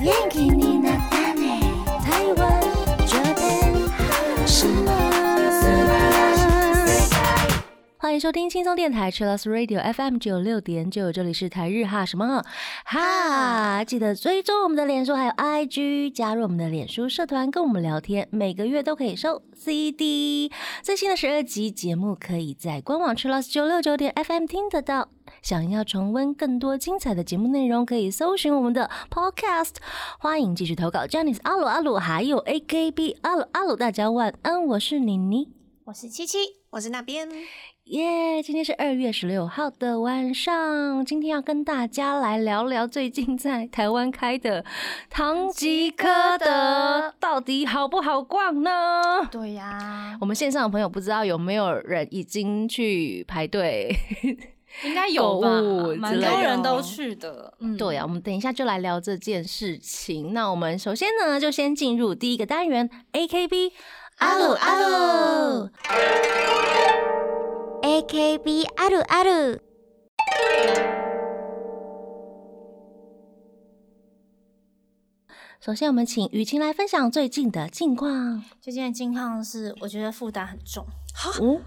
元気になったね台湾这边什么？欢迎收听轻松电台 Chillus Radio FM 九六点九，这里是台日哈什么哈，记得追踪我们的脸书还有 IG，加入我们的脸书社团跟我们聊天，每个月都可以收 CD。最新的十二集节目可以在官网 Chillus 九六九点 FM 听得到。想要重温更多精彩的节目内容，可以搜寻我们的 Podcast。欢迎继续投稿 j a n i c e 阿鲁阿鲁，还有 AKB 阿鲁阿鲁，大家晚安，我是妮妮。我是七七，我是那边。耶今天是二月十六号的晚上，今天要跟大家来聊聊最近在台湾开的唐吉诃德到底好不好逛呢？对呀、我们线上的朋友不知道有没有人已经去排队？应该有吧购物，蛮之类多的哦人都去的。嗯，对啊，我们等一下就来聊这件事情。那我们首先呢，就先进入第一个单元 AKB 阿鲁阿鲁。 AKB あるある首先，我们请雨晴来分享最近的近况。最近的近况是，我觉得负担很重，嗯，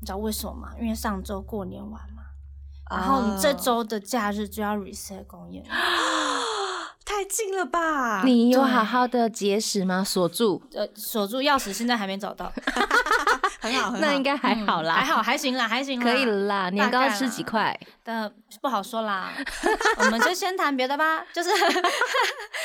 你知道为什么吗？因为上周过年完嘛，然后你啊这周的假日就要 reset 公演了，太近了啊吧？你有好好的节食吗？锁住？呃，锁住钥匙现在还没找到，很好，很好那应该 还好啦，嗯还好，还行啦，还行啦，可以了啦。年糕吃几块？但不好说啦， 我们就先谈别的吧，就是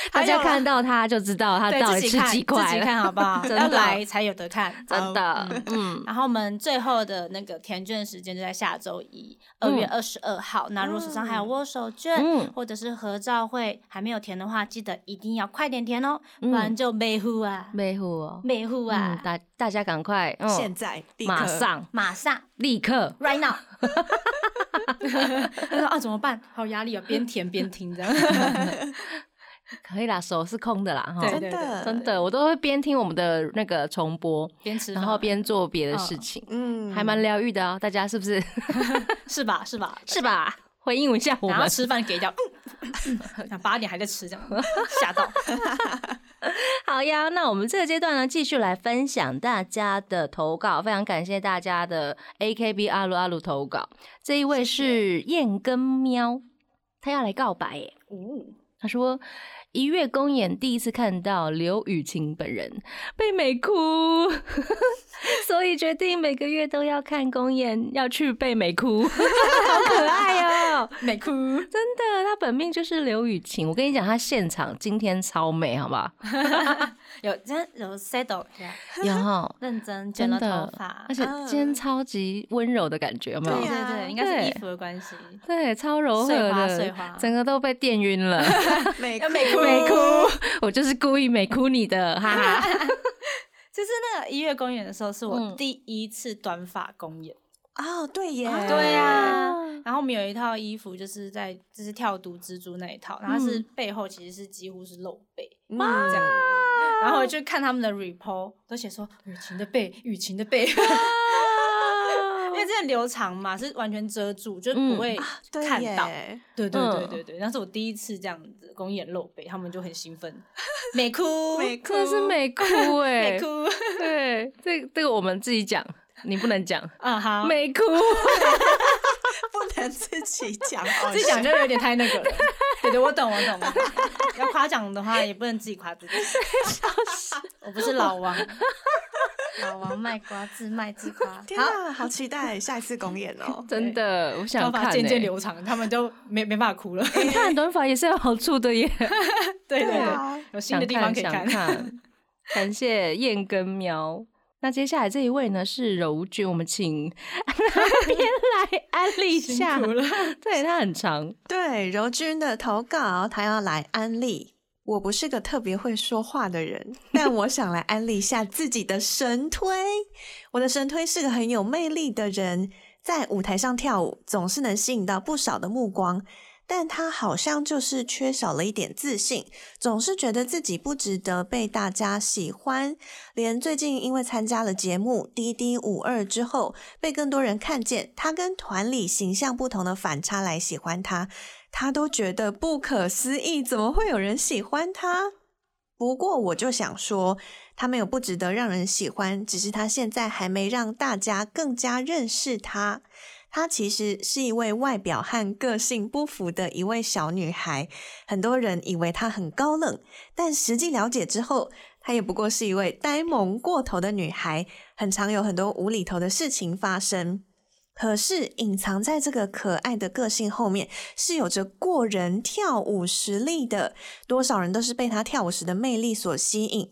大家 还有啦看到它就知道它 对到自底己吃看几自块己了。看好不好？ 真要的来才有得看，真 的，嗯，然后我们最后的那个填卷时间就在下周一，二月二十二号。那如果手上还有握手券、嗯或者是合照会还没有填的话，记得一定要快点填哦，嗯不然就没呼啊，妹夫哦，没呼嗯啊，，大大家赶快，嗯现在立刻马上马 上立刻， right now。他说啊，怎么办？好有压力哦，边填边听这样。可以啦，手是空的啦，哈，对真的真，的，我都会边听我们的那个重播，边吃饭，然后边做别的事情，嗯还蛮疗愈的哦。大家是不是？ 是吧是吧是？吧？回应一下我然后们。吃饭给掉，嗯 八点还在吃这样，吓 到。好呀，那我们这个阶段呢，继续来分享大家的投稿，非常感谢大家的 AKB 阿鲁阿鲁投稿。这一位是燕跟喵，他要来告白耶。他说一月公演第一次看到刘雨晴本人，被美哭， 所以决定每个月都要看公演，要去被美哭， 好可爱哦、美 哭，真的，她本命就是刘雨晴。我跟你讲，她现场今天超美，好不好？有真有 settle 啊一下。有哈，认真真剪了的头发，嗯而且今天超级温柔的感觉，有没有对对？啊对对，应该是对衣服的关系。对，超柔和碎花碎的花，整个都被电晕了。美要美哭没哭，我就是故意没哭你的，哈 哈。就是那个一月公演的时候，是我嗯第一次短发公演。哦，对耶，对呀，哦然后我们有一套衣服，就是在就是跳毒蜘蛛那一套，然后是嗯背后其实是几乎是露背嗯这样。然后我去看他们的 report，都写说雨晴的背，雨晴的背，因 为这个留长嘛，是完全遮住，就不会对看到。耶，对对对嗯对对，那是我第一次这样子公演露背，他们就很兴奋，美 哭，美哭真的是没哭哎，哦美哭。对，这这个我们自己讲，你不能讲。啊哈，没哭，！不能自己讲，自己讲 就有点太那个了。对对，我懂我懂。我懂要夸奖的话，也不能自己夸自己。我不是老王，老王卖瓜自卖自夸。天哪，好期待下一次公演哦真的，我 想头看、欸。发渐渐流长，他们都没没办法 哭了。你看短发也是有好处的耶，对对 对对，啊，有新的地方可以想看。 看。感谢燕跟喵。那接下来这一位呢是柔君，我们请 那边来安利一辛下。苦了，对，它很长，对柔君的投稿，他要来安利。我不是个特别会说话的人，但我想来安利一下自己的神推。我的神推是个很有魅力的人，在舞台上跳舞总是能吸引到不少的目光，但他好像就是缺少了一点自信，总是觉得自己不值得被大家喜欢。连最近因为参加了节目《滴滴五二》之后，被更多人看见他跟团里形象不同的反差来喜欢他，他都觉得不可思议，怎么会有人喜欢他？不过我就想说，他没有不值得让人喜欢，只是他现在还没让大家更加认识他。她其实是一位外表和个性不符的一位小女孩，很多人以为她很高冷，但实际了解之后，她也不过是一位呆萌过头的女孩，很常有很多无厘头的事情发生。可是隐藏在这个可爱的个性后面，是有着过人跳舞实力的，多少人都是被她跳舞时的魅力所吸引。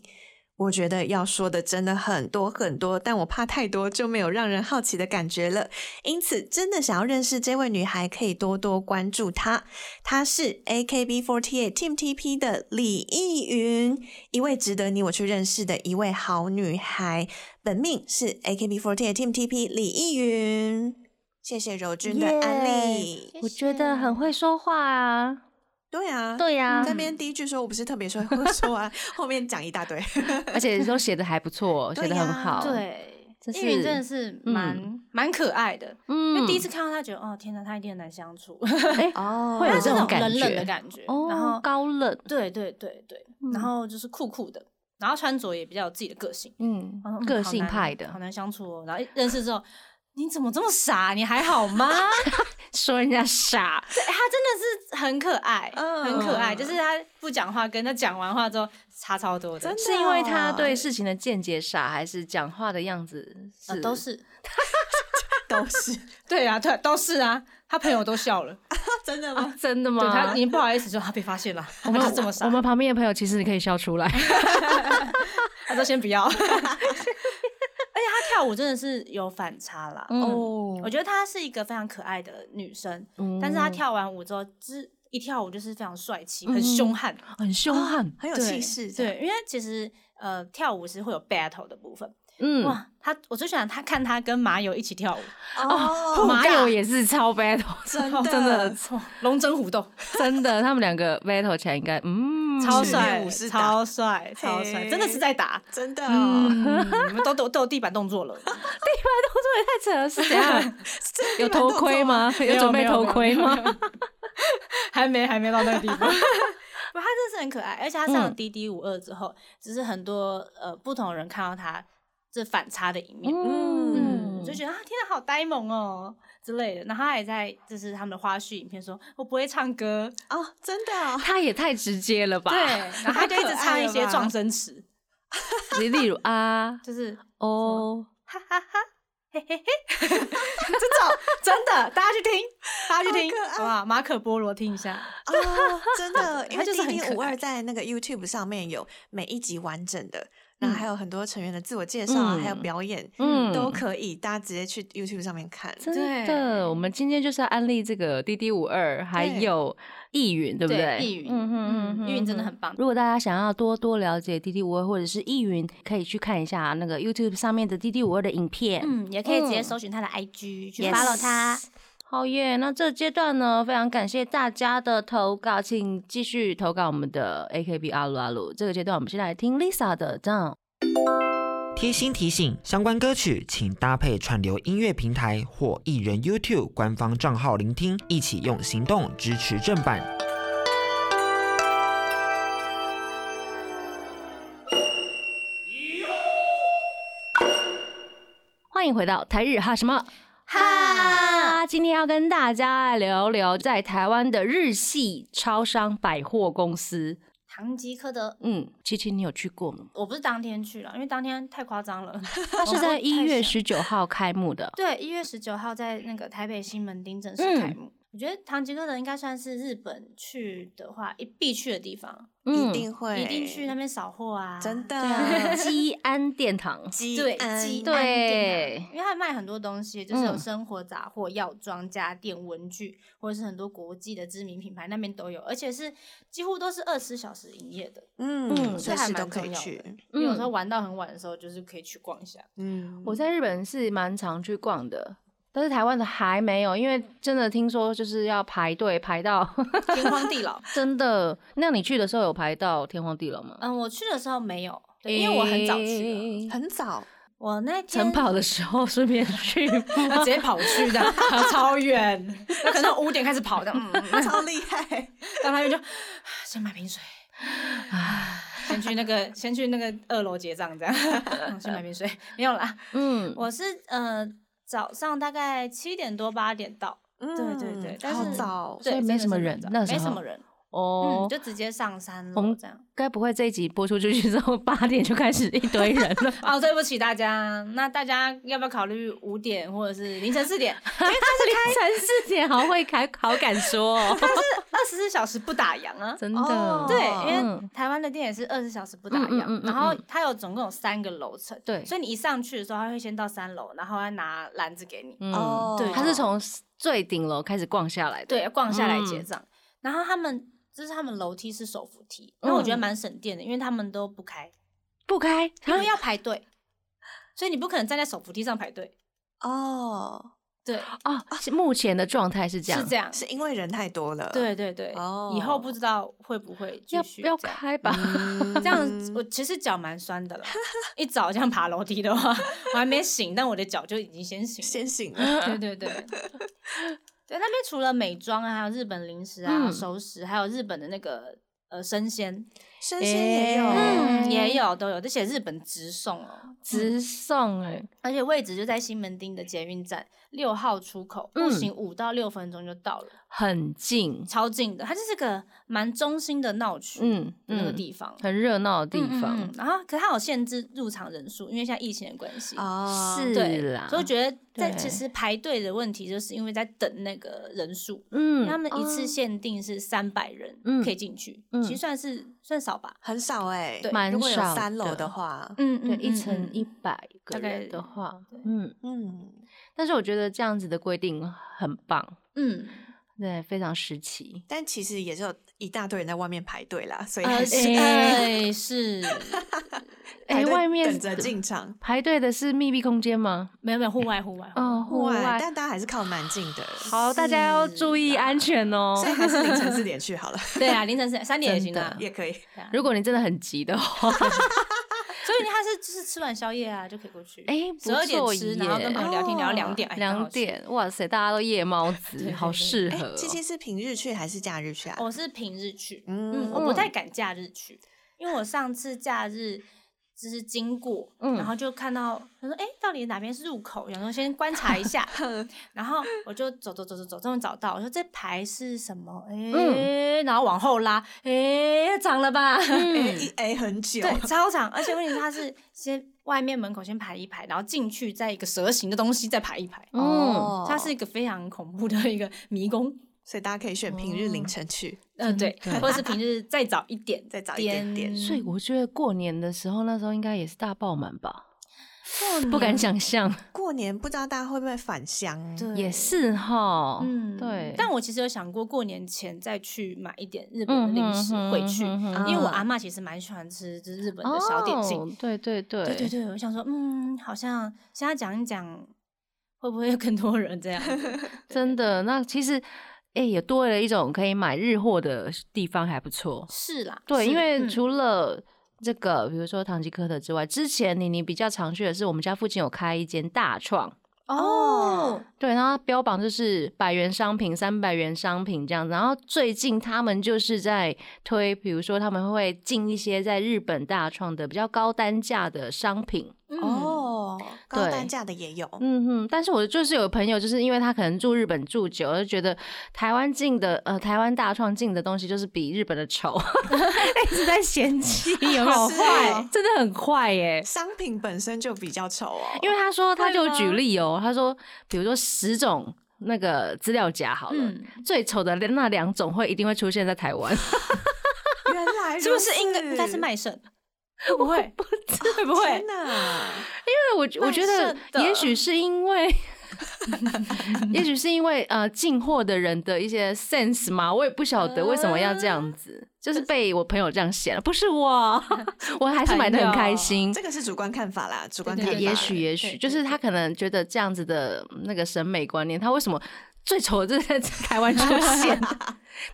我觉得要说的真的很多很多，但我怕太多就没有让人好奇的感觉了。因此，真的想要认识这位女孩，可以多多关注她。她是 AKB48 Team TP 的李易云，一位值得你我去认识的一位好女孩。本命是 AKB48 Team TP 李易云。谢谢柔君的安利。我觉得很会说话啊。对啊，对呀、这边第一句说我不是特别说 会说啊，后面讲一大堆。而且都写的还不错，对写的很呀好。，对，这易云是真的是蛮蛮可爱的，因为嗯第一次看到她，觉得哦天哪，她一定很难相 处， 哦会有她是这种那感冷冷觉的感觉，然哦后，高冷，对对对对，嗯然后就是酷酷的，然后穿着也比较有自己的个性，嗯然后，嗯个好性难派好的，难相处哦。然后一认识之后，你怎么这么傻？你还 好吗？对，说人家 傻，他真的是很可爱，嗯很可爱。就是他不讲话，跟他讲完话之后差超多的真，的是因为他哦对事情的见解傻，还是讲话的样子呃是都是都是对啊，对，都是啊。他朋友都笑了，真的吗？啊？真的对他吗已？经不好意思说他被发现了，我他们就这么傻哦我，们旁边的朋友，其实你可以笑出来。他都先不 要。而且他跳舞真的是有反差啦，哦我觉得她是一个非常可爱的女生，嗯 但是她跳完舞之后，之一跳舞就是非常帅气，嗯很凶悍，很凶哦悍，很有对气势这样，对，因为其实呃，跳舞是会有 battle 的部分。嗯，哇，她我最喜欢她看她跟马友一起跳舞，哦，马友也是超 battle，真的真的哇龙争虎斗，真的，他们两个 battle 起来应该嗯超是帅练舞是，打超帅，超帅，真的是在打。真的、哦嗯，你 们都都都有地板动作了，这也太扯了，是怎 样？有蛮头动盔作吗吗？有准备头盔吗？没有？没有没有没有还没，还没到那个地 方。不，他真的是很可爱，而且他上了嗯滴滴五二之后，只是很多呃不同人看到他这反差的一面，嗯嗯，就觉得啊，天哪，好呆萌哦之类的。然后他也在就是他们的花絮影片说，我不会唱歌，哦，真的、 哦，他也太直接了吧？对，， 然后他就一直唱一些撞声词，例例如啊就是哦，哈哈哈。嘿嘿嘿，这种真的，大家去听，大家去听，好可爱好不好？马可波罗听一下，哦，真的，因他为就是滴很可滴五二爱在那个 YouTube 上面有每一集完整的，然后还有很多成员的自我介绍啊，还有嗯表演，嗯都可以，大家直接去 YouTube 上面看。真对的，我们今天就是要安利这个滴滴五二，还对有易云，对不对？易云，嗯哼嗯哼易云真的嗯哼很棒。如果大家想要多多了解滴滴五二或者是易云，可以去看一下那个 YouTube 上面的滴滴五二的影片。嗯，也可以直接嗯搜寻他的 IG、去 Yes follow 他。好耶！那这阶段呢，非常感谢大家的投稿，请继续投稿我们的 AKB 阿鲁阿鲁。这个阶段，我们先来听 Lisa 的 Down。贴心提醒：相关歌曲请搭配串流音乐平台或艺人 YouTube 官方账号聆听，一起用行动支持正版。欢迎回到台日哈什么哈哈！今天要跟大家来聊聊在台湾的日系超商百货公司。唐吉诃德，嗯，琪琪，你有去过吗？我不是当天去了，因为当天太夸张 了。它是哦在一月啊太小十九号开幕的。对一月十九号在那个台北西门町正式嗯开幕。我觉得唐吉诃德应该算是日本去的话一必去的地方，嗯一定嗯会，一定去那边扫货啊，真的 对 啊，基安殿堂。鸡对安鸡安对店啊因为他卖很多东西，就是有嗯生活杂货、药妆、家电、文具，或者是很多国际的知名品牌那边都有，而且是几乎都是二十小时营业的。嗯嗯，随这还时蛮都可以重要的去。你有时候嗯 玩到很晚的时候，就是可以去逛一下。嗯，我在日本是蛮常去逛的，但是台湾的还没有，因为真的听说就是要排队排到 天荒地老。真的。那你去的时候有排到天荒地老吗？嗯，我去的时候没有，对因为我很早去了。诶很早，我那天晨 跑的时候顺便去吗，他直接跑去这 样，超远，那可能五点开始跑的， 嗯，超厉 害。到那边就啊先买瓶水， 啊先去那个先去那个二楼结账这 样，嗯先买瓶水，没有啦，嗯，我是呃早上大概七点多八点到，嗯对对对但好是早，所对，以真没的什是么很人早那时没什候么人，哦嗯，，就直接上山我楼们这样。该不会这一集播出出去之后，八点就开始一堆人 了吧？哦，对不起大家，那大家要不要考虑五点或者是凌晨四点？ 因为凌晨四点，好会开，好敢说、哦，它是二十四小时不打烊啊， 真的。哦对，因嗯为台湾的店也是二十小时不打烊，嗯嗯嗯嗯然后嗯它有总共有三个楼层，对所以你一上去的时候，他会先到三楼，然后他拿篮子给你，嗯哦对他是从最顶楼开始逛下来的。对，逛下来结嗯账，然后他们。就是他们楼梯是手扶梯，嗯然后我觉得蛮省电的，因为他们都不开，不开，因为啊 要排队，所以你不可能站在手扶梯上排队。哦，对，哦，是目前的状态是这样，啊是这样。是因为人太多了。对对对，以后不知道会不会继要续要这样开吧？嗯，这样我其实脚蛮酸的了，一早这样爬楼梯的话，我还没醒，但我的脚就已经先醒了。先醒了。 对对对，对那边除了美妆啊，还有日本零食啊、嗯熟食，还有日本的那个呃生鲜，生鲜也有，哎嗯，也有都有，而且日本直送哦，直送哎，而且位置就在西门町的捷运站六号出口，步嗯行五到六分钟就到了，很近，超近的，它就是个蛮中心的闹区，嗯，嗯那个嗯，地方。很热闹的地嗯嗯嗯方，然后可它有限制入场人数，因为现在疫情的关系，哦，对是啦，所以我觉得在对其实排队的问题，就是因为在等那个人数，因为他嗯，们一次限定是三百人嗯可以进去，嗯其实算是算少吧。很少哎、对蛮如果有少三楼的的话，嗯对，一层一百个大概人的话对，嗯，嗯，但是我觉得这样子的规定很棒，嗯，对，非常时期。但其实也是有一大堆人在外面排队啦，所以呃还是 是哎 是，哎，排队外面等着进场，排队的是密闭空间吗？没有没有户外户外，哦，户户外，外。但大家还是靠蛮近的，好，大家要是注意啦安全哦。 所以还是凌晨四点去好了， 对啊，凌晨三三点也行啊真。也可以。对啊如果你真的很急的话， 所以他是就是吃完宵夜啊就可以过去，哎不十二点错吃，然后跟耶朋友聊天聊到 两点，哎刚两好吃点，哇塞，大家都夜猫 子，对好适哎合哦。七七是平日去还是假日去啊？我是平日去，嗯嗯，我不太敢假日去，因为我上次假日就是经过，嗯然后就看到他说，哎、到底哪边是入口？然后先观察一下，然后我就走走走走走，终于找到，我说这排是什么？哎、然后往后拉，哎、长了吧？嗯哎一哎很久，对，超长，而且问题是它是先外面门口先排一排，然后进去再一个蛇形的东西再排一排。嗯，哦它是一个非常恐怖的一个迷宫，所以大家可以选平日凌晨去，嗯，对，或者是平日再早一点，再早一点点所以我觉得过年的时候，那时候应该也是大爆满吧，过年不敢想象，过年不知道大家会不会返乡？对也是哈，哦嗯，对，但我其实有想过过年前再去买一点日嗯本的零食回去，哼嗯哼哼啊因为我阿嬷其实蛮喜欢吃就是日本的小点心。哦对对对，对对对，我想说，嗯，好像现在讲一讲，会不会有更多人这样子？ 真的，那其实。哎、也多了一种可以买日货的地方，还不错。是啦，对，是因为嗯除了这个，比如说唐吉诃德之外，之前妮妮比较常去的是我们家附近有开一间大创，哦，对，然后它标榜就是百元商品、三百元商品这样子。然后最近他们就是在推，比如说他们会进一些在日本大创的比较高单价的商品。嗯，哦，高对单价的也有，嗯哼，但是我就是有朋友，就是因为他可能住日本住久了，就觉得台湾进的呃台湾大创进的东西就是比日本的丑， 一直在嫌弃， 有没有是哦真的很坏耶、商品本身就比较丑哦，因为他说他会就吗举例哦、他说比如说十种那个资料夹好了，嗯最丑的那两种会一定会出现在台湾，原来是不是如应该此应该是卖肾？会不会？不知会不会天？哪，对我我觉得卖肾的也许是因为。也许是因为呃进货的人的一些 sense 嘛，我也不晓得为什么要这样子。就是被我朋友这样写了，不是我，我还是买的很开心。这个是主观看法啦，主观看法。也也许也对许，对就是他可能觉得这样子的嗯那个审美观念，他为什么最丑的就是在台湾出 现？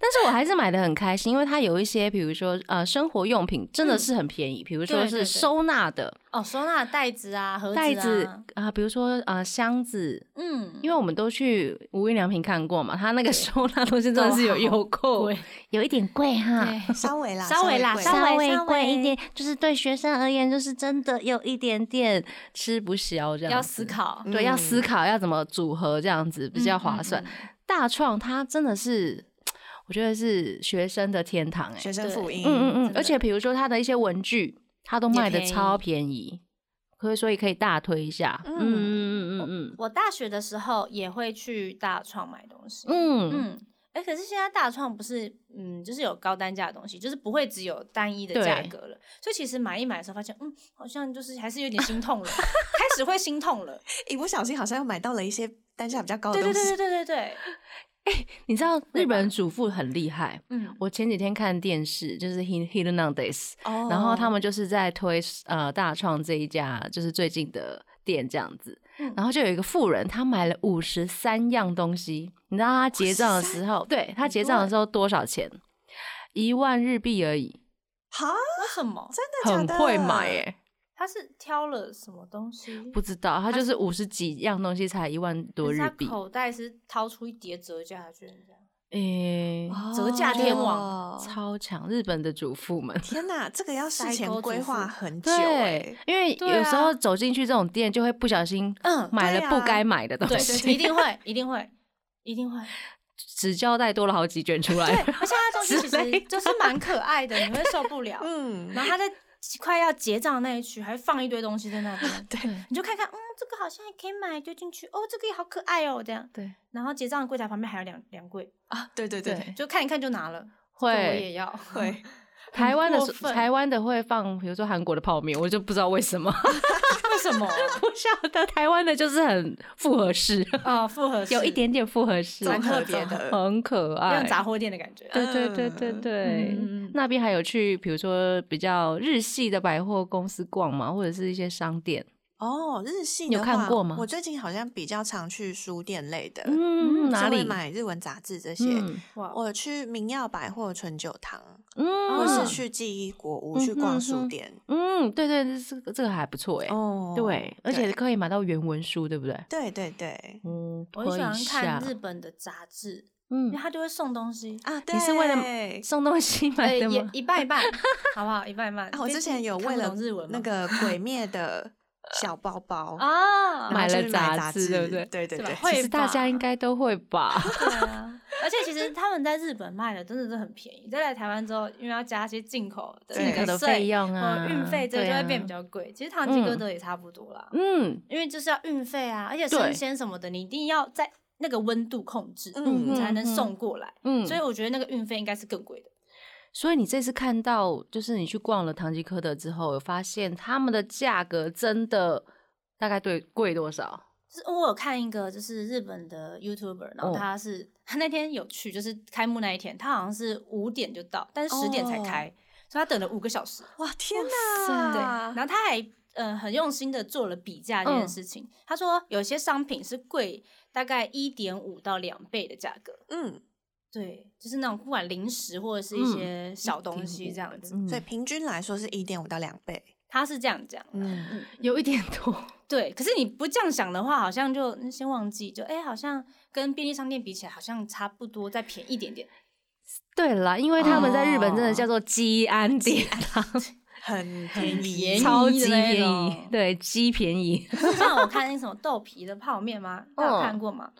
但是我还是买的很开心，因为它有一些，比如说呃，生活用品真的是很便宜，比如说嗯对对是对收纳的哦，收纳袋子啊，盒子、啊、袋子啊、比如说呃箱子，嗯，因为我们都去无印良品看过嘛，它那个收纳东西真的是有有够贵有一点贵哈，对稍微啦，稍微啦贵稍微稍微稍微贵一点，就是对学生而言，就是真的有一点点。吃不消 这样子，要思考，对，要思考要怎么组合这样子比较划算。嗯嗯大创它真的是，我觉得是学生的天堂哎、学生对福音，嗯嗯真嗯，的而且比如说它的一些文具，它都卖的也便宜超便宜，所以所以可以大推一下。嗯嗯嗯嗯我大学的时候也会去大创买东西，嗯嗯，嗯，哎、可是现在大创不是，嗯，就是有高单价的东西，就是不会只有单一的对价格了。所以其实买一买的时候发现，嗯，好像就是还是有点心痛了，开始会心 痛了。一不小心好像又买到了一些单价比较高的对东对西。对对对对对， 你知道对日吧本主妇很厉害。嗯，我前几天看电视，就是 Hid- Hidden on Days，哦然后他们就是在推呃大创这一家，就是最近的店这样子。嗯然后就有一个富人，他买了五十三样东西，你知道他结账的时候，对他结账的时候多少钱？一万日币而已，哈，为什么？真的假很的会买耶、他是挑了什么东西？不知道他就是五十几样东西才一万多可是日他币，口袋是掏出一叠折价券这样。诶、折价天王哦超强！日本的主妇们。天哪，这个要事代前沟族规划妇很久、对欸，，因为对有时啊候走进去这种店，就会不小心嗯 买对了不啊该买的东对，西，一定会，一定会，一 定会。纸胶带多了好几卷出对，来。而且他的东西其之类实就是蛮可爱的，你会受 不了。嗯，，然后他在快要结账那一区还放一堆东西在那边对，你就看看，嗯，这个好像还可以买，丢进去，哦，这个也好可爱哦，这样。对，然后结账的柜台旁边还有两两柜，啊，对对对对，就看一看就拿了。这个我也 会要，会，台湾的过是分台湾的会放，比如说韩国的泡面，我就不知道为什么，为什么？ 不啊 晓得台湾的就是很复合式，啊，复合式哦有一点点复合式，蛮综合特别综合的。很可有爱点。杂货店的感觉。对对对对对，嗯嗯嗯那边还有去，比如说比较日系的百货公司逛嘛，或者是一些商店。哦，日系你有的看话过吗我最近好像比较常去书店类的，嗯，是哪呃会里？买日文杂志这些。嗯哇，我去明耀百货纯酒堂，嗯，或是去记忆国屋去逛嗯哼书哼店。嗯，对对，这这个这个还不错哎。哦对，而且可以买到原文书，对不对？对对对嗯，我很喜欢推一看下日本的杂志，嗯因为，他就会送 东西，啊，对，你是为了啊？送东西呃买的也吗？啊一半一 半，好不好？一半一半。啊我之前有为看了不懂日文吗那个 《鬼灭》的小包包，啊，然后买就了去杂杂志对不对对对是吧对， 会其实大吧家应该都会 吧。对啊，而且其实他们在日本卖的真的是很便宜，再来台湾之后，因为要加一些进口的进那个口的税费用啊或运费这个对就啊会变比较贵。其实唐吉诃德也差不多啦，嗯，因为就是要运费啊，而且对生鲜什么的，你一定要在那个温度控制，嗯你才能嗯嗯送过来。嗯所以我觉得那个运费应该是更贵的。所以你这次看到，就是你去逛了唐吉诃德之后，有发现他们的价格真的大概对贵多少？就是我有看一个，就是日本的 YouTuber，然后哦他是、他那天有去，就是开幕那一天，他好像是五点就到，但是十点才哦开，所以他等了五个小时。哇天对，哪！然后他还呃很用心的做了比价这件嗯事情。他说有些商品是贵大概一点五到两倍的价格，嗯，对，就是那种不管零食或者是一些小东西这样子，嗯所以平均来说是一点五到两倍。他是这样讲。嗯，有一点多。对，可是你不这样想的话，好像就嗯先忘记，就哎、好像跟便利商店比起来，好像差不多，再便宜一点点。 对啦，因为他们在日本真的哦叫做鸡安店啦，很便宜，便宜超的哦级那便宜种，对，鸡便宜，像我看那什么豆皮的泡面吗？大家有看过吗？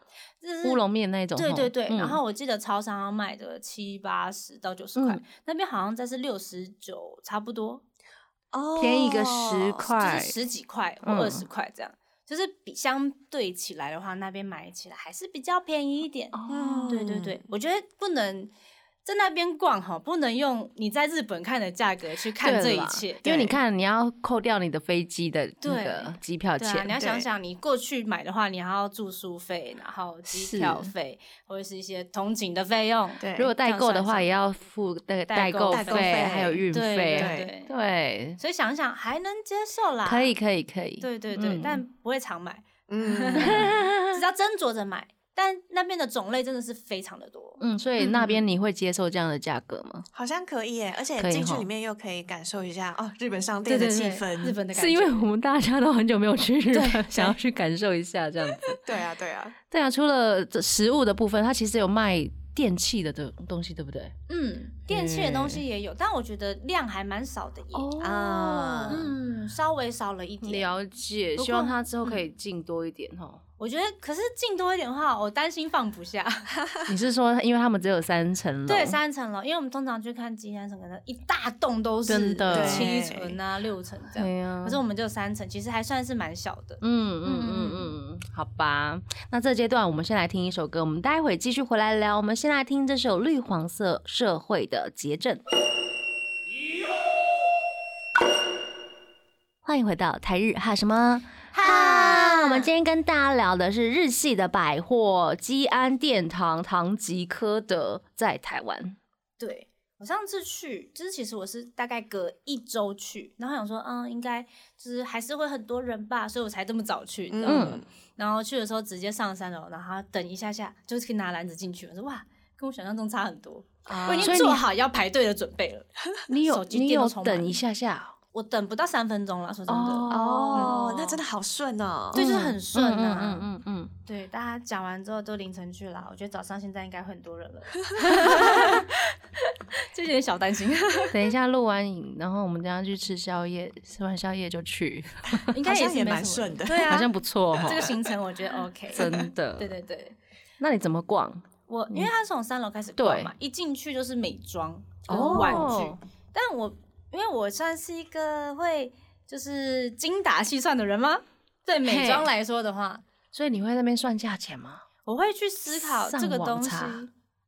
就是乌龙面那种吼。嗯对对对，嗯然后我记得超商要卖的七八十到九十块，嗯那边好像在是六十九差不多，哦，便宜个10块就是十几块或嗯二十块这样，就是比相对起来的话，那边买起来还是比较便宜一点。嗯哦对对对，我觉得不能。在那边逛哈，不能用你在日本看的价格去看这对一啦切。因为你对看你要扣掉你的飞机的那对个机票对啊，钱你，要想对想，你过去买的话，你还要住宿费，然后机票是费，或者是一些通勤的费用。对，如果代购的话这也要样算一算付那个代代购购代购费还有运对费，对对对，所以想想还能接受啦，可以，可以可以，对对对，嗯但不会 常买，嗯，只要斟酌着买。但那边的种类真的是非常的多，嗯，所以那边你会接受这样的价格吗？好像可以耶，而且可以进去吼里面又可以感受一下哦，日本商店的气氛。日本的感觉是因为我们大家都很久没有去日 本，想要去感受一下这样子。对啊，对啊，对啊，除了这食物的部分，它其实有卖电器的的东西，对不对？嗯，电器的东西也有，但我觉得量还蛮少的耶，啊嗯，稍微少了一点。哦了解，不过嗯希望它之后可以进多一点哦。我觉得，可是进多一点的话，我担心放 不下。你是说，因为他们只有三层楼？对，三层楼，因为我们通常去看金山城，可能一大栋都是真的七层啊、六层这样，对啊可是我们就三层，其实还算是蛮小的。嗯嗯嗯嗯，好吧。那这阶段我们先来听一首歌，我们待会继续回来聊。我们先来听这首绿黄色社会的结症。欢迎回到台日哈什么哈？我们今天跟大家聊的是日系的百货基安殿堂堂吉诃德在台湾。对我上次去，就是其实我是大概隔一周去，然后想说，嗯，应该就是还是会很多人吧，所以我才这么早去，你知道吗？嗯然后去的时候直接上三楼，然后等一下下就是可以拿篮子进去，我说哇，跟我想象中差很多，我已所经以你做好要排队的准备了，你有手机你电有都充满等一下下哦我等不到三分钟了，说真的。哦，那真的好顺哦。对，就是很顺啊呐、嗯嗯嗯嗯，对，大家讲完之后都凌晨去了，我觉得早上现在应该会很多人了， 就有点小担心，嗯等一下录完影，然后我们等一下去吃宵夜，吃完宵夜就去。应好该像是也没蛮什么顺的对啊，好像不错哈、这个行程我 觉得 OK，真的。 对对对，那你怎么逛？我因为他是从三楼开始逛嘛对，一进去 就是美妆跟哦玩具，但我因为我算是一个会就是精打细算的人吗？对美妆嘿来说的话，所以你会在那边算价钱吗？我会去思考这个上网东西查。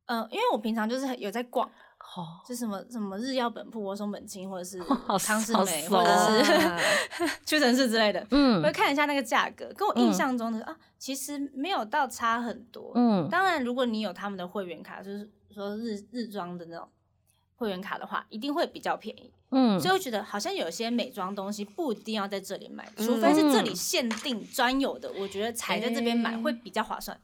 嗯，因为我平常就是有在逛，哦，就什么什么日药本铺、我松本清，或者 是好康士好美，熟或 者啊是 屈臣氏之类的，我会嗯看一下那个价格，跟我印嗯象中的、啊，其实没有到差很多。嗯，当然，如果你有他们的会员卡，就是说日日妆的那种会员卡的话，一定会比较便宜。嗯，所以我觉得好像有些美妆东西不一定要在这里买，除非是嗯这里限定专有的，我觉得才在这边买诶会比较划算。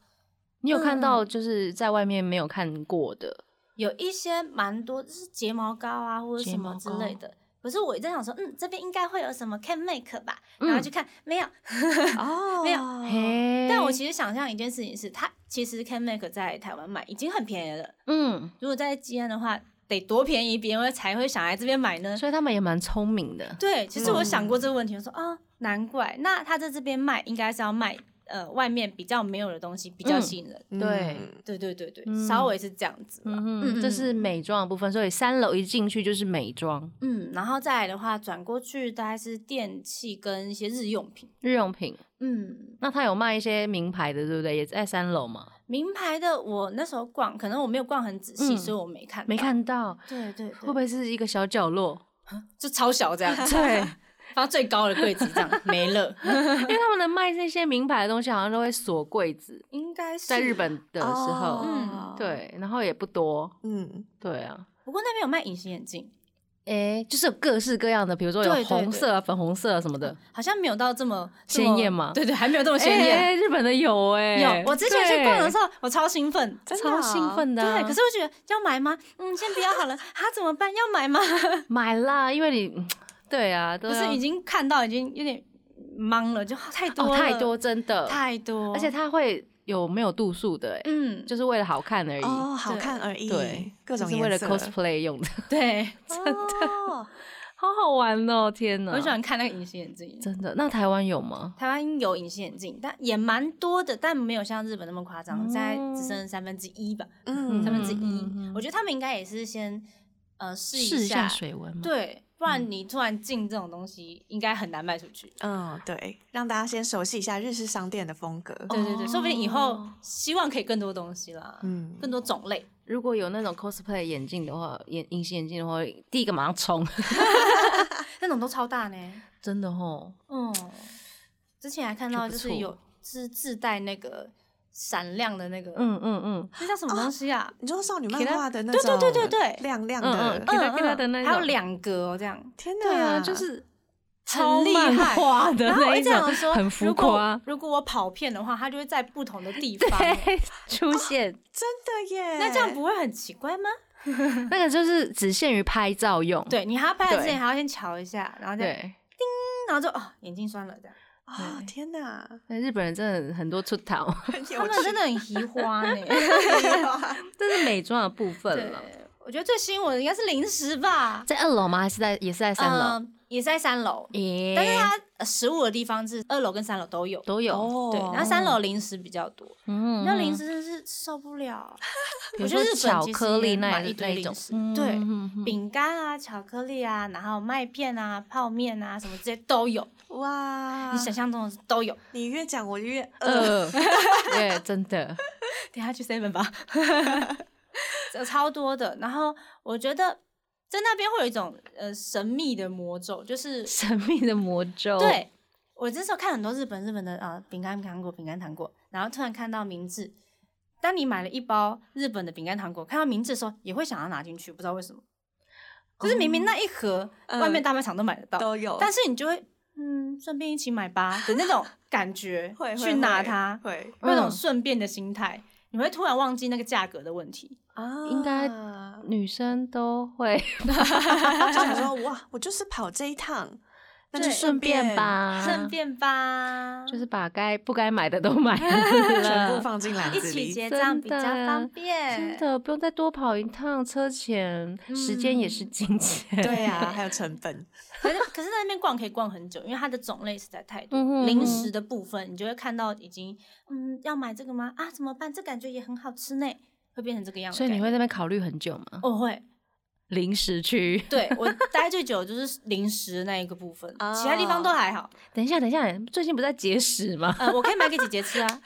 你有看嗯到就是在外面没有看过的，有一些蛮多就是睫毛膏啊或者睫什么毛之膏类的。可是我一直在想说，嗯，这边应该会有什么 Can Make 吧，嗯然后去看没有。 哦，没有嘿但我其实想象一件事情是，它其实 Can Make 在台湾买已经很便宜了，嗯，如果在基安的话，得多便宜，别人会才会想来这边买呢？所以他们也蛮聪明的，对，其实我想嗯过这个问题，我说啊、难怪，那他在这边卖应该是要卖呃外面比较没有的东西，比较嗯吸引人。对对对对对，嗯稍微是这样子啦。嗯嗯，这是美妆的部分，所以三楼一进去就是美妆、嗯，然后再来的话，转过去大概是电器跟一些日用品。日用品。嗯，那他有卖一些名牌的，对不对？也在三楼嘛，名牌的我那时候逛，可能我没有逛很仔细，嗯所以我没看，没。看到，对对对，会不会是一个小角落？就超小这样？ 对，放最高的柜子这样没了， 因为他们的卖那些名牌的东西，好像都会锁柜子，应该是在日。本的时候，嗯，对，然后也不多，哦嗯，对啊，不过那边有卖隐形眼镜，诶，就是有各式各样的，比如说对有对红色、啊、粉红色啊什么的，好像没有到这么这鲜么艳吗哎对对，还没有这么鲜艳。诶日本的有诶，有，我之前去逛的时候候，我超兴奋。真的超哦兴奋的啊、对，可是我觉得要买吗？嗯，先不要好了。啊，怎么办？要买吗？买啦，因为你对啊，都不是要已经看到，已经有点懵了，就啊太多哦了，太多真的，太多，而且它会有没有度数的、诶，嗯，就是为了好看而已，哦，好对看而已，对，各种就是为了颜色 cosplay 用的， 对，哦，好好玩哦，天哪，我喜欢看那个隐形眼镜。真的。那台湾有吗？台湾有隐形眼镜，但也蛮多的，但没有像日本那么夸张，嗯现在只剩三分之一吧，嗯三分之嗯嗯一嗯。我觉得他们应该也是先呃试试一嗯一下水温吗？对，不然你突然进这种东西，应该很难卖出去。嗯，对，让大家先熟悉一下日式商店的风格。对对对，说不定以后希望可以更多东西啦，嗯，更多种类。如果有那种 cosplay 眼镜的话，眼隐形眼镜的话，第一个马上冲， 那种都超大呢。真的吼，嗯，之前还看这到不就是错有是自带那个闪亮的那个，嗯嗯嗯，那叫什么东西啊？你说少女漫给它画的那对种，对对对对亮亮嗯嗯的，给它给它的那还有种两格哦，这样天哪，对啊，就是超很厉漫害画的然后我那一一直种想，说，很浮夸 如果如果我跑遍的话，它就会在不同的地方。出现，真的耶。那这样不会很奇怪吗？那个就是只限于拍照用，对你还要拍了之对前还要先瞧一下，然后再，对。然后就哦眼睛酸了这样。啊，天哪，那日本人真的很多出逃， 很有啊他们真的很移花呢。 这是美妆的部分了。对，我觉得最吸引我的应该是零食吧，在二楼吗？还是在也是在三楼？嗯也是在三楼，耶、但是它呃食物的地方是二楼跟三楼都有。都有。哦对，然后三楼零食比较多，嗯那零食真是受不了。比如我觉说得日本巧其实克力也那买一一那堆一种嗯零食，对，饼饼干啊、巧克力啊，然后麦片啊、泡面啊，什么这些都有，哇你！想象中的都有。你越讲我越饿。呃， 对，真的， 等一下去 seven 吧， 这超多的。然后我觉得在那边会有一种呃神秘的魔咒，就是神秘的魔咒。，对我这时候看很多日本日本的啊、呃饼干糖果饼干糖果，然后突然看到明治，当你买了一包日本的饼干糖果，看到明治的时候，也会想要拿进去，不知道为什么。就是明明那一盒、嗯外面大卖场都买得到，都有，但是你就会嗯顺便一起买吧的那种感觉会会去拿会它，会那种嗯顺便的心态，你会突然忘记那个价格的问题。啊，应 该女生都 会，就想说哇，我就是跑这一趟，那就对顺便，吧？顺便吧，啊就是把该不该买的都买 全部了，放进篮一子起里。结真账比较的方便。真的不用再多跑一趟，车钱、时间也是嗯金钱。对啊，还有成本，可是可是在那边逛可以逛很久，因为它的种类实在太多。嗯哼零食的部分，你就会看到已经，嗯，要买这个吗？啊，怎么办？这感觉也很好吃呢，会变成这个样子。所以你会在那边考虑很久吗？我哦会，零食区。对我待最久的就是零食那一个 部分，哦其他地方都还好。等一下，等一下，最近不是在节食吗？ 呃，我可以买给姐姐吃啊。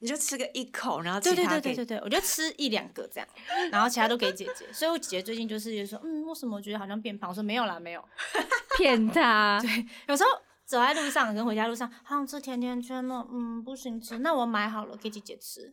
你就吃个一口，然后对其对他对对给对对，我就吃一两个这样，然后其他都给姐姐。所以我姐姐最近就是也说，嗯，为什么我觉得好像变胖？我说没有啦，没有。骗他，有时候走在路上跟回家路上，好想吃甜甜圈哦，嗯，不行吃，那我买好了给姐姐 吃，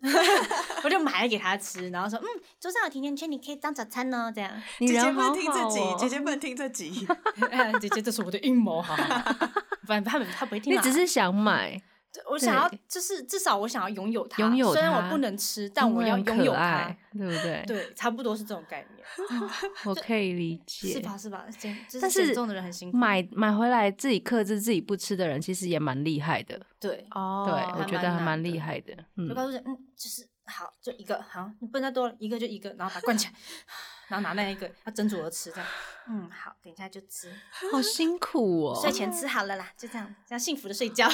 我就买了给她吃，然后说，嗯，桌上有甜甜圈，你可以当早餐呢，这样。你姐姐人不好能听这集，好姐哦。姐不能听这集。 哎姐姐，这是我的阴谋，哈哈哈哈反正她她不会听啊你啦。只是想买，对我想要对，就是至少我想要拥有它，拥有虽然它我不能吃，但我因为要很拥有可它爱。，对不对？对，差不多是这种概念，我可以理是解。吧？是吧？减，就但是是减重的人很辛苦。买买回来自己克制自己不吃的人，其实也蛮厉害的。 对，哦对，还我觉蛮得还难蛮厉的害的。就嗯，告诉人，嗯，就是好，就一个好，你不能再多了，一个就一个，然后把它灌起来， 然后拿那一个要斟酌的吃，这样，嗯，好，等一下就吃，好辛苦睡哦。前吃好了啦，就这样，这样幸福的睡觉，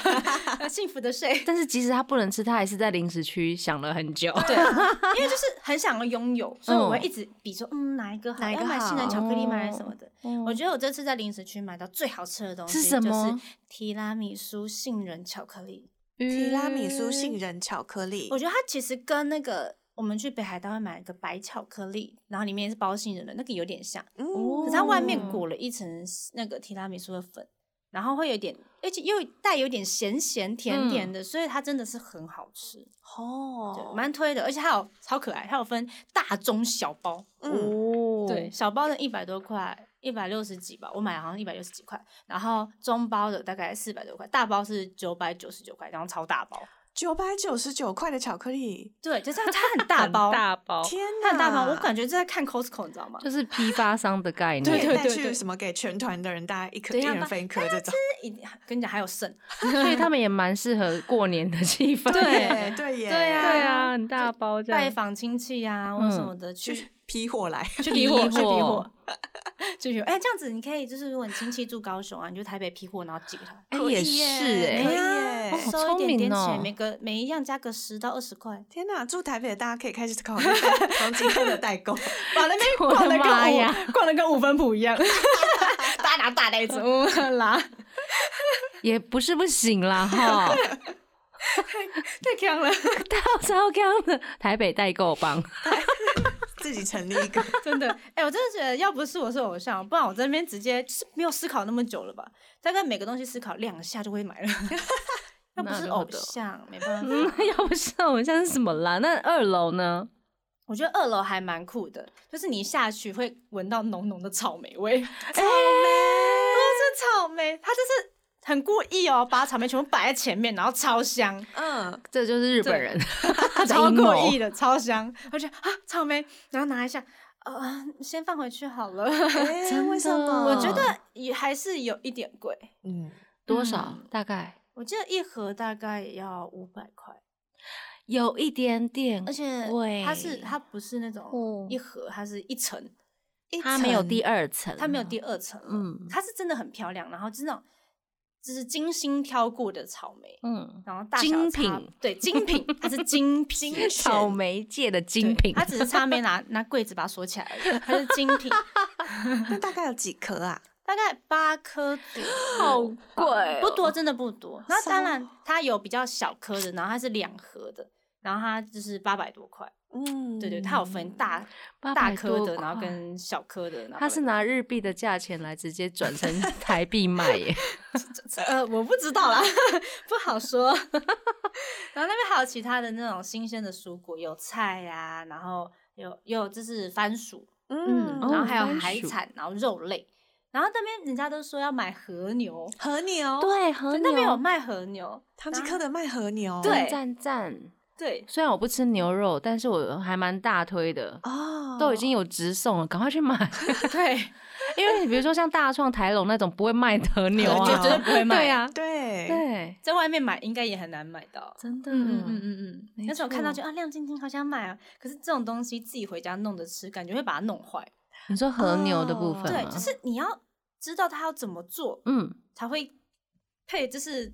要幸福的睡，但是即使他不能吃，他还是在零食区想了很 久。对，因为就是很想要拥有，所以我会一直比说，嗯，哪一个好，哪一要个买杏仁巧克力吗，还是什么的。哦嗯我觉得我这次在零食区买到最好吃的东西是什就么是提拉米苏杏仁巧克力。提拉米苏嗯杏仁巧克力嗯我，觉得它其实跟那个我们去北海道会买一个白巧克力，然后里面也是包杏仁的那个有点像，嗯，可是它外面哦裹了一层那个提拉米苏的粉，然后会有点，而且又带有点咸咸甜甜嗯的，所以它真的是很好吃，对，哦，蛮推的，而且它有超可爱，它有分大中小包，嗯，哦，对，，小包的一百多块。一百六十几吧，我买好像一百六十几块，然后中包的大概四百多块，大包是九百九十九块，然后超大包，九百九十九块的巧克力，对，就是它它很大包，大包， 天它哦哪，很大方，我感觉就在看 Costco，你知道吗？就是批发商的概你也念。带对去对什么给全团的人，大家一颗对一要人把分一颗这种，一定跟你讲还有剩，所以他们也蛮适合过年的气氛。对 耶 对耶，对对啊啊，很大包这拜样。访亲戚啊或什么的去去批货来，去批货批去批货哦货，就有哎这样子你可以就是如果你亲戚住高雄啊，你就台北批货然后寄给他，哎可也以是耶哎可以哦耶好收一点点聪明哦钱，每个每一样加个十到二十块，天哪！住台北的大家可以开始考虑 从今天的代购， 把那边我的逛的妈呀跟五逛的跟五分埔一样， 大拿大那一种啦，也不是不行啦 哈，太强了，超超刚的台北代购帮，自己成立一个， 真的。哎、我真的觉得，要不是我是偶像，不然我这边直接是没有思考那么久了吧？大概每个东西思考两下就会买了。 要不那是了偶不得像，没办嗯法。， 要不是我像是什么啦？那二楼呢？我觉得二楼还蛮酷的，就是你下去会闻到浓浓的草莓 味，草莓、不是草莓，它就是很故意哦，把草莓全部摆在前面，然后超 香，嗯，这就是日本人 的超阴故谋意，的，超香。我觉得啊，草莓，然后拿一下，呃，先放回去好了。 哎，为什么？ 我觉嗯得也还是有一点贵，嗯，多少嗯大概我记得一盒大概也要五百块，有一点点而且贵，它是它不是那哦种一盒，它是一层，一它没有层第二层，啊它没有第二层，嗯嗯，它是真的很漂亮，然后是那种就是精心挑过的草莓，嗯，然后大小精差品对精品，它是精品草莓界的精对品，它只是差没拿拿柜子把它锁起来而已，它是精品，那大概有几颗啊？大概八颗左右 好吧贵不哦多，真的不多。那当然，它有比较小颗的，然后它是两盒的，然后它就是八百多块。嗯，对对，它有分大大800颗多的，然后块跟小颗的。然后他是拿日币的价钱来直接转 成台币卖 耶，呃，我不知道啦， 不好说。 然后那边还有其他的那种新鲜的蔬果，有菜呀、然后有有就是番薯，嗯，嗯，哦然后还有番海薯产，然后肉类。然后那边人家都说要买和牛，和牛，对，和对，牛那边有卖和牛，唐吉诃德卖和牛，对赞赞。 对，虽然我不吃牛肉，但是我还蛮大推的，哦，都已经有直送了，赶快去买。对，因为你比如说像大创、台龙那种不会卖和牛和啊，牛绝对不 会卖对啊，对，对，在外面买应该也很难买到。真的，嗯嗯嗯嗯没嗯，那时候看到错就啊亮晶晶，好想买啊！可是这种东西自己回家弄着吃，感觉会把它弄坏。你说和牛的部分对，吗就是你要知道它要怎么做嗯，才会配，就是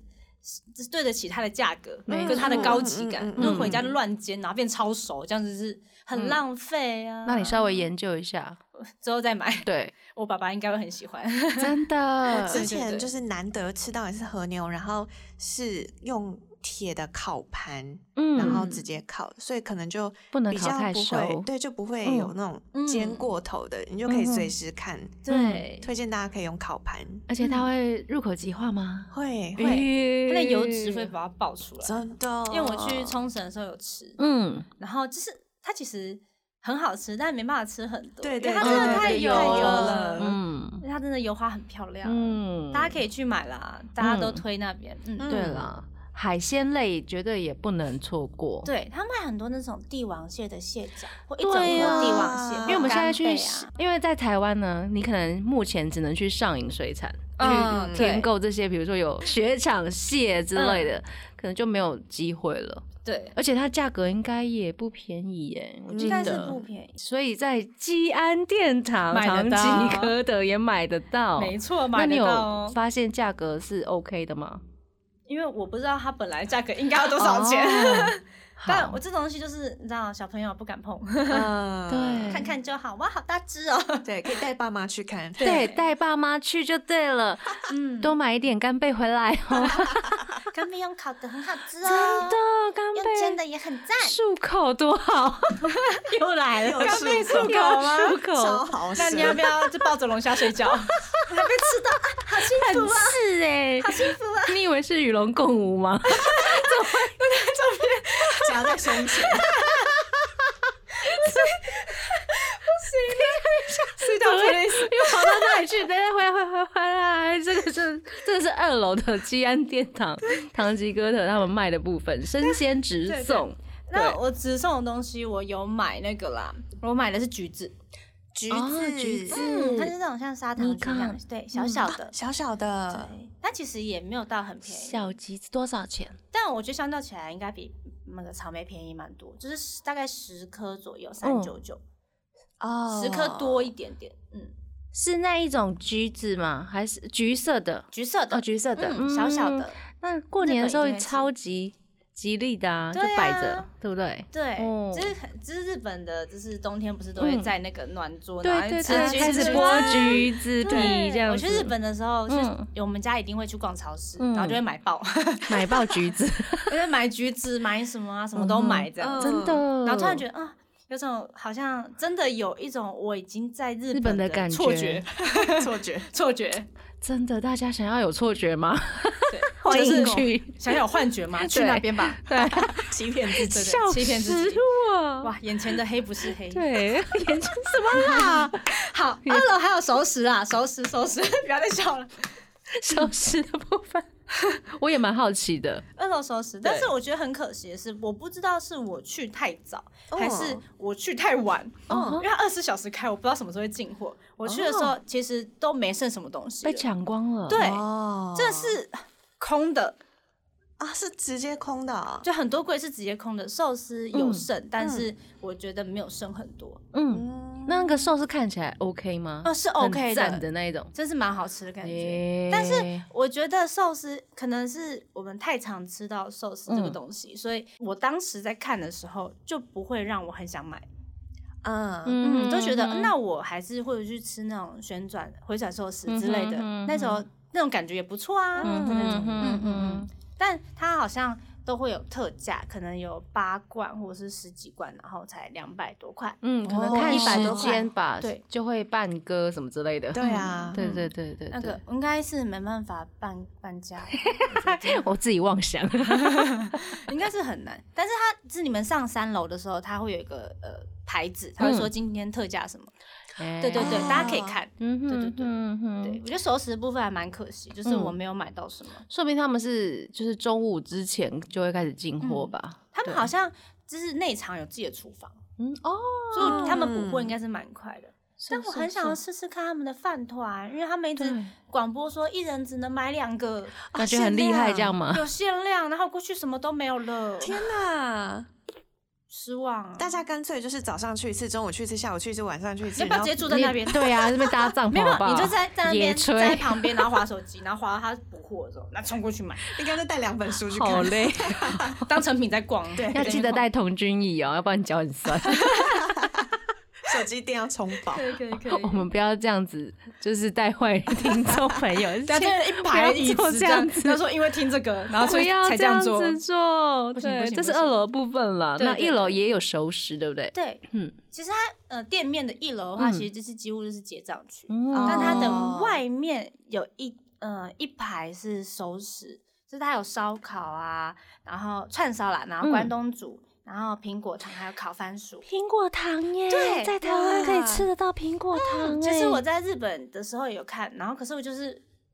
就是对得起它的价格没跟它的错高级感嗯嗯。如嗯果回家就乱煎，然后变超熟，这样子是很浪费啊。那你稍微研究一下，之后再买，对，我爸爸应该会很喜欢。 真的之对前对就是难得吃到一次和牛，然后是用铁的烤盘，然后嗯，直接烤，所以可能就不能比烤较太不熟会，对，就不会嗯有那种煎嗯过头的，你就可以随嗯时看。 对，推荐大家可以用烤盘，而且它会入口即化吗？会会会它的油脂嗯会把它爆出来。真的，因为我去冲绳的时候有吃，嗯，然后就是它其实很好吃，但没办法吃很多，对因为对它对真的对太对油太油了，了嗯因为它真的油花很漂亮，嗯，大家可以去买啦，大家都嗯推那边，嗯，对嗯了，海鲜类绝对也不能错过。，对，他卖很多那种帝王蟹的蟹脚，或一对整盒帝王蟹，啊因为我们现在干贝啊去市，因为在台湾呢，你可能目前只能去上影水产。啊，去添嗯，对嗯购这些，比如说有雪场蟹之类的，可能就没有机会了。对，而且它价格应该也不便宜耶，我记应该是得不。便宜，所以在基安殿堂买唐得吉到诃德也买得到，没那错，买你得有到哦，发现价格是 OK 的吗？因为我不知道它本来价格应该要多少 钱，哦但好我这种东西就是你知道，小朋友不敢碰，嗯，对看看就好，哇，好大只哦， 对，可以带爸妈去看，对，带爸妈去就对 了，嗯，多买一点干贝回来啊哦。干贝用烤的很好吃哦，真的，干用煎的贝也很赞，漱口多好，又来了，干贝漱又漱超口，好吃。那你要不要就抱着龙虾睡 觉？还没吃到，好幸福很啊！ 是哎，好幸福啊！你以为是与龙共舞吗？夹在胸前？睡觉怎么累死。又跑到那里去？等一下回来，回来，回来！这个是这个是二楼的基安殿堂唐吉诃德他们卖的部分，生鲜直送。那我直送的东西，我有买那个啦，我买的是橘子，橘哦子，橘子嗯，它是那种像砂糖橘一样你，嗯对，小小的，小小的，对，但其实也没有到很便宜，小橘子多少钱？但我觉得相较起来应该比那个草莓便宜蛮多，就是十大概十颗左嗯右，三九九，哦十颗多一点点，嗯，是那一种橘子吗？还是橘色的？橘色的哦，，橘色的，嗯小小的，那过年的时候日本一定会吃超级吉利的、啊就对啊摆着，对不对？对哦，就是很，就是日本的，就是冬天不是都会嗯在那个暖桌，对然后对吃对，橘开始子啊剥橘子皮对这样我子。去日本的时嗯候，就是我们家一定会去逛超市，嗯然后就会买爆，买爆橘 子，因为买橘子、买什么啊，什么都买这样。嗯真的。然后突然觉得得啊，有种好像真的有一种我已经在日日本本的感错觉觉， 错觉，错觉，真的，大家想要有错觉吗？对， 欢就迎是去，想有幻觉嘛，去那边吧，对， 欺骗自己，笑欺骗自死己。我。哇，眼前的黑不是黑， 对，眼睛什么 啦？好，二楼还有熟食啊，熟食，熟食， 不要再笑了。消失的部 分，我也蛮好奇的。二楼熟食，但是我觉得很可惜的是，我不知道是我去太早，哦还是我去太晚，哦因为它二十四小时开，我不知道什么时候会进货。我去的时候其实都没剩什么东西了，被抢光了。对，哦，这是空的，啊，是直接空的啊、就很多柜是直接空的，寿司有剩，但是我觉得没有剩很多，嗯，嗯，那那个寿司看起来 OK 吗？哦，是嗯 OK 很赞的，的那一种真是蛮好吃的感觉。诶但是我觉得寿司可能是我们太常吃到寿司嗯这个东西，所以我当时在看的时候就不会让我很想买，嗯嗯，就觉得、嗯那我还是会去吃那种旋转回转寿司之类的，嗯哼嗯哼那时候那种感觉也不错啊，嗯的那种嗯嗯嗯，但它好像都会有特价，可能有八罐或者是十几罐，然后才两百多块。嗯，可能哦看100时多块间吧，对，嗯就会半歌什么之类的。对啊，嗯对对对对，那对个应该是没办法半半价， 我自己妄 想。应该是很难。但是它是你们上三楼的时候，它会有一个呃牌子，它会说今天特价什么。对对对，哦大家可以看。嗯哼，对对对哎嗯哼对，我觉得熟食的部分还蛮可惜，就是嗯我没有买到什么。说明他们是就是中午之前就会开始进货嗯吧？他们对好像就是内场有自己的厨房，嗯哦，所以他们补货应该是蛮快嗯的。但我是很想要是试试看他们的饭团，因为他们一直对啊广播说一人只能买两个，啊感觉很厉害这样吗？有限量，然后过去什么都没有了，天哪！失望啊！大家干脆就是早上去一次，中午去一次，下午去一次，晚上去一次，要不要然后直接住在那边？对啊，这边搭帐没篷有，没好不有好？你就在在那野边炊在旁边，然后划手机，然后划到他补货的时候，那冲过去买，应该就带两本书去好看。累，当成品在逛。对 要记得。带童军椅哦，要不然脚很酸。手机一定要充饱。可以可以可以 我，们不要这样子，就是带坏听众朋友， 大家啊一排椅不要子做这这样样子，他说因为听这个，然后不所以要才这这样做。子做。不行对不，行这是不行二楼的部分了，对那对一楼对也有熟食，对不对？对，嗯嗯，其实它呃店面的一楼的话，嗯其实就是几乎就是结账区，嗯但它哦的外面有一呃一排是熟食，就是它有烧烤啊，然后串烧啦，然后关东煮，然后苹果糖，还有烤番薯。苹果糖耶，对在台湾可以哇哦吃得到苹果糖哎。其实我在日本的时候也有看，然后可是我就是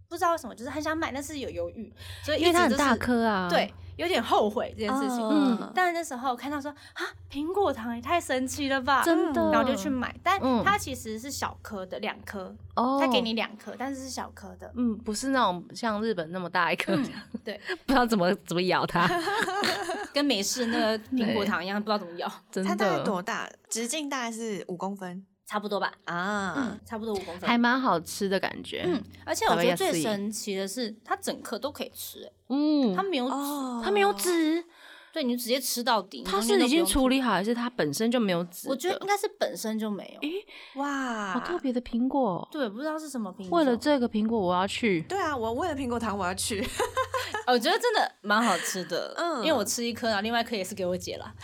不知道为什么，就是很想买，但是有犹豫，所以因为它它很大、颗啊。对，，有点后悔这件事情。嗯但那时候看到说啊，苹果糖也太神奇了吧，嗯真的然后就去买。但嗯它其实是小颗的，两颗，哦，它给你两颗，但是是小颗的。嗯，不是那种像日本那么大一颗，嗯对， 不知道怎么怎么咬 它，跟美式那个苹果糖一样，不知道怎么咬，真它大概的多大？直径大概是五公分差不多吧，啊。差不多五公分。还蛮好吃的感觉。嗯，而且我大觉概要得四最亿神奇的是，它整颗都可以吃、欸，嗯，它没有籽，哦，它没有籽，对，你就直接吃到底。它你中间是都已不用经处理好，还是它本身就没有籽吐，的？我觉得应该是本身就没有。哇，好特别的苹果。哦对，不知道是什么品种。为了这个苹果，我要去。对啊，我为了苹果糖我 要去，哦，我觉得真的蛮好 吃的，嗯嗯，因为我吃一颗，然后另外一颗也是给我姐了，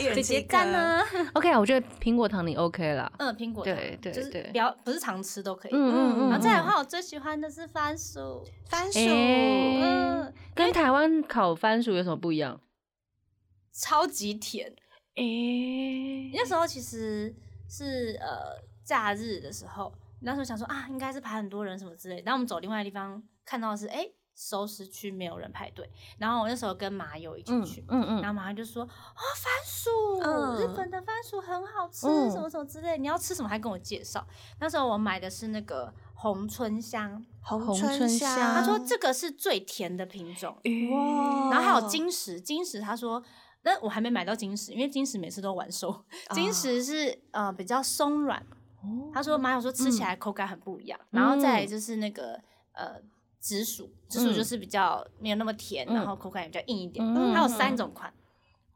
一姐人吃一姐颗干呢。 OK 啊，我觉得苹果糖你 OK 啦。嗯，苹果糖对对就是对不要不是常吃都可以。嗯嗯嗯然后再来的话，我最喜欢的是番薯，番薯，诶嗯，跟台湾烤番薯有什么不一样？超级甜。诶，那时候其实是呃假日的时候，那时候想说啊，应该是排很多人什么之类的。然后我们走另外地方，看到的是哎熟食区没有人排队，然后我那时候跟麻友一起嗯去。嗯然嗯，后马上就说啊、番薯，嗯日本的番薯很好吃，嗯什么什么之类。你要吃什么还跟我介绍。那时候我买的是那个红春香，红红春香。香他说这个是最甜的品种，哇，然后还哦有金石，金石他说。那我还没买到金石，因为金石每次都晚收。哦金石是呃比较松嗯软，他说马友说吃起来口感很不一样，然后再来就是那个呃紫薯，紫薯就是比较没有那么甜，嗯然后口感也比较硬一点。嗯它有三种款，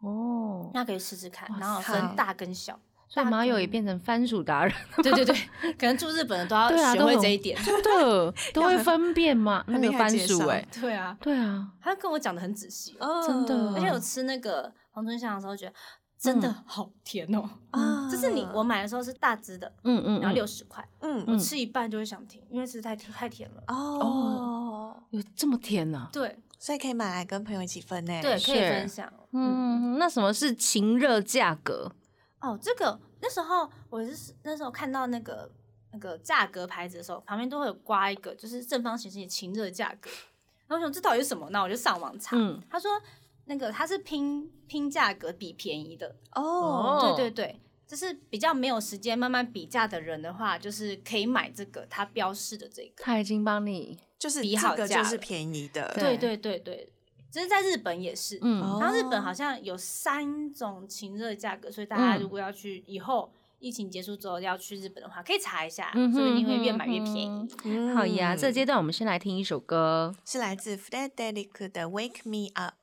哦，那可以试试看，哇然后好分大 跟小。所以麻友也变成番薯达人，对对对，可能住日本的都要对啊学都会很这一点。 真 的都会分辨嘛？那很个厉害番介薯绍哎、对啊，对啊，他跟我讲的很仔细，哦真的而且我吃那个黄春香的时候，觉得真的嗯好甜哦。啊就是你我买的时候是大只的，嗯嗯，然后嗯六十块，嗯嗯我吃一半就会想停，因为吃太甜太甜了。哦，有这么甜呢、对所以可以买来跟朋友一起分呢。对，可以哎是分享。嗯，那什么是情热价格？哦，这个那时候我是那时候看到那个那个价格牌子的时候，旁边都会有挂一个就是正方形是你晴热价格，然后我想这到底是什么？那我就上网查，嗯他说那个它是拼拼价格比便宜的，哦，哦对对对。就是比较没有时间慢慢比价的人的话，就是可以买这个它标示的这个。他已经帮你，就是比这好个价就是了便宜的，对对对对对，只是在日本也是，嗯，哦然后日本好像有三种晴热价格，所以大家嗯如果要去以后疫情结束之后要去日本的话，可以查一下，嗯哼说不定会越买越嗯便宜。嗯好呀，这阶段我们先来听一首歌。是来自 Frederick 的《Wake Me Up》。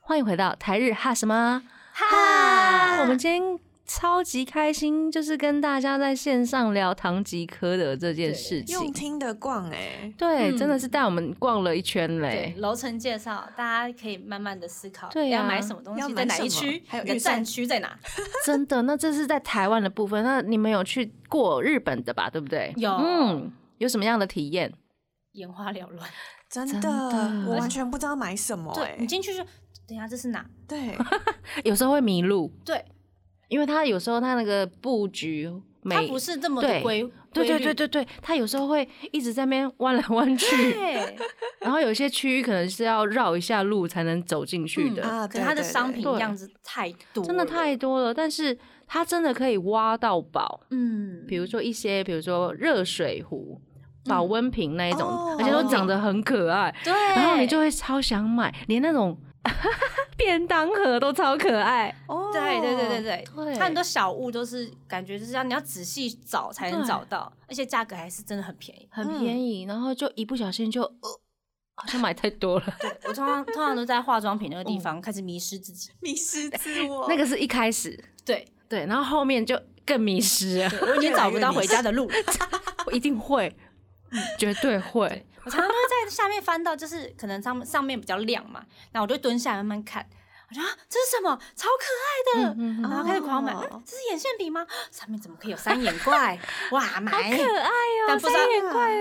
欢迎回到台日哈什么哈？我们今天超级开心，就是跟大家在线上聊唐吉诃德这件事用情。听的逛哎、对，嗯真的是带我们逛了一圈对嘞，。楼层介绍，大家可以慢慢的思考，对啊要买什么东要西，买在哪一什么区，还有你的预算战区在哪？真的，那这是在台湾的部分。那你们有去过日本的吧？对不对？有嗯，有什么样的体验？眼花缭乱，真的，真的我完全不知道买什么对哎、你进去就，等一下这是哪？ 对，有时候会迷路，对，因为它有时候它那个布局它美，不是这么对的规，对对规律对对对，它有时候会一直在那边弯来弯 去，对，然后有些区域可能是要绕一下路才能走进去的，嗯啊可是它对的对商对品对样子太多，真的太，多了。但是它真的可以挖到宝，嗯，比如说一些，比如说热水壶、保温瓶那一种，嗯哦而且都长得很可爱，对，然后你就会超想买，连那 种便当盒都超可爱。哦，对对对对对，对它很多小物都是感觉就是要你要仔细找才能找到，而且价格还是真的很便宜。很便宜，然后就一不小心就呃，好像买太多了。我通常通常都在化妆品那个地方开始迷失自己，迷失自我，那个是一开始，对，对，然后后面就更迷失了，我已经找不到回家的路了。我一定会，绝对会。我常常都会在下面翻到，就是可能上上面比较亮嘛，然后我就蹲下来慢慢看。我觉得、啊、这是什么？超可爱的！嗯然后开始狂买、哦嗯这是眼线笔吗？上面怎么可以有三眼怪？哇，买！可爱但哦，不知道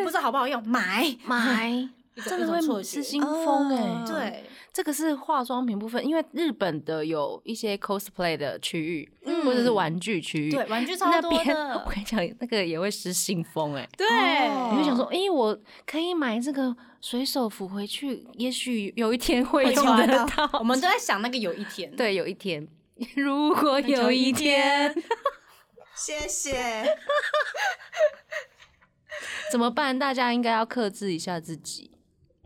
不知道好不好用，买！买一种真的一嗯种会错觉失心疯哎。嗯对，这个是化妆品部分，因为日本的有一些 cosplay 的区域，或者是玩具区域，对，玩具超那多边 的我。跟你讲，那个也会失心疯哎。对，哦你会想说，诶，我可以买这个水手服回去，也许有一天会会用穿得到到。我们都在想那个有一天，，对，有一天， 如果有一天谢谢。怎么办？大家应该要克制一下自己。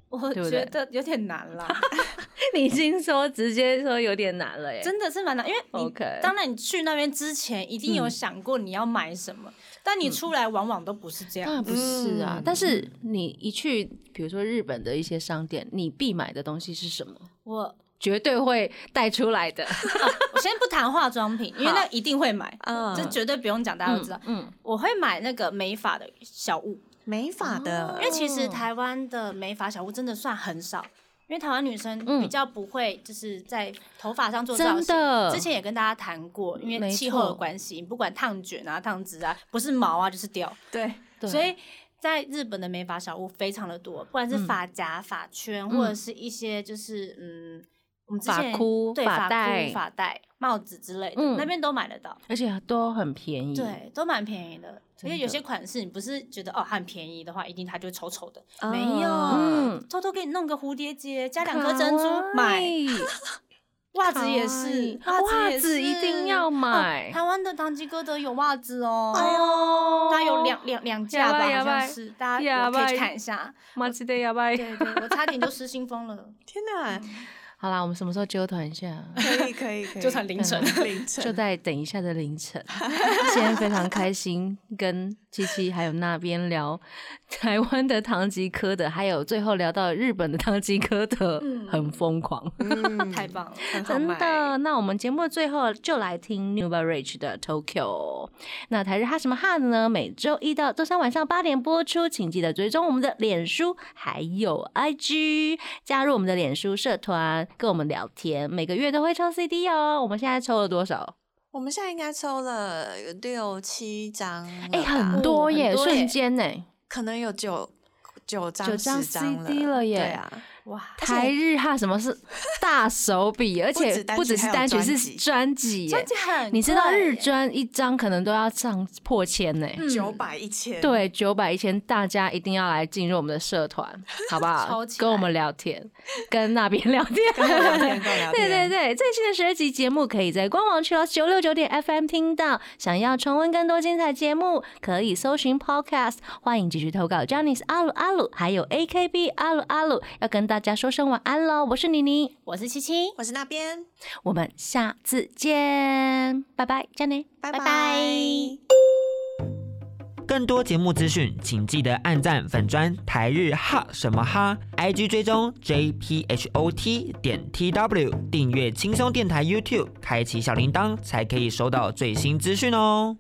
我对不觉对得有点难啦， 你已经说直接说有点难了耶，真的是蛮难，因为你欸 OK 嗯当然你去那边之前一定有想过你要买什么，但你出来往往都不是这当样。然不是啊。嗯但是你一去，比如说日本的一些商店，你必买的东西是什么？我绝对会带出来 的。我先不谈化 妆品，因为那一定会买，嗯这绝对不用讲，大家都知道。嗯，我会买那个美发的小物，美发的，因为其哦实台湾的美发小物真的算很少。因为台湾女生嗯比较不会，就是在头发上做造真型。的。之前也跟大家谈过，因没为气候的错关系，不管烫卷啊、烫直啊，不是毛啊就是掉。对，对所以在日本的美发小屋非常的多，不管是嗯发夹、发圈，或者是一些就是嗯，我们之发前箍对发发带箍、发带、帽子之类的，嗯那边都买得到，而且都很便宜。对，都蛮便宜的。真的因为有些款式你不是觉得哦它很便宜的话，一定它就丑丑的，哦没有，嗯偷偷给你弄个蝴蝶结，加可爱，两颗珍珠，买 袜子也是，可爱袜也袜子一是定要买哦台湾的唐吉诃德有袜子哦，哦大概有两两两架吧，や好ばい像是，大家や有可ば以い去看一下。马吉的哑巴。 对对，我差点就失心疯了，天哪，好啦，我们什么时候纠团一下？啊 可以可以可以，凌晨凌 晨就在等一下的凌晨。今天非常开心，跟七七，还有那边聊台湾的唐吉诃德，还有最后聊到日本的唐吉诃德，很疯狂，嗯太棒了，很好真买的。那我们节目的最后就来听 New b a r a g e 的 Tokyo。那台日哈什么哈呢？每周一到周三晚上八点播出，请记得追踪我们的脸书还有 IG，加入我们的脸书社团，跟我们聊天。每个月都会抽 CD 哦。我们现在抽了多少？我们现在应该抽了有六七张了吧，哎、很多多耶耶，瞬瞬间呢、可能有九九张、九张十张 CD 了耶对啊，哇！台日哈什么是大手笔，而且不只是单曲，还有专辑是专辑耶。辑很你知道贵日耶专一张可能都要上破千呢、嗯九百一千，对，九百一千，大家一定要来进入我们的社团，好不 好抽？起跟我来们聊天，跟那边聊天。跟我聊天，跟我 聊对天，对对，最新的十二集节目可以在官网去到九六九点 FM 听到。想要重温更多精彩节目，可以搜寻 Podcast。欢迎继续投稿 j a n i c e 阿鲁阿鲁，还有 AKB 阿鲁阿鲁，要跟大家说声晚安喽！我是妮妮，我是七七，我是那边，我们下次见，拜拜 j a n i 拜拜拜。更多节目资讯，请记得按赞粉砖台日哈什么哈，IG 追踪 JPHOT 点 TW，订阅轻松电台 YouTube，开启小铃铛才可以收到最新资讯哦。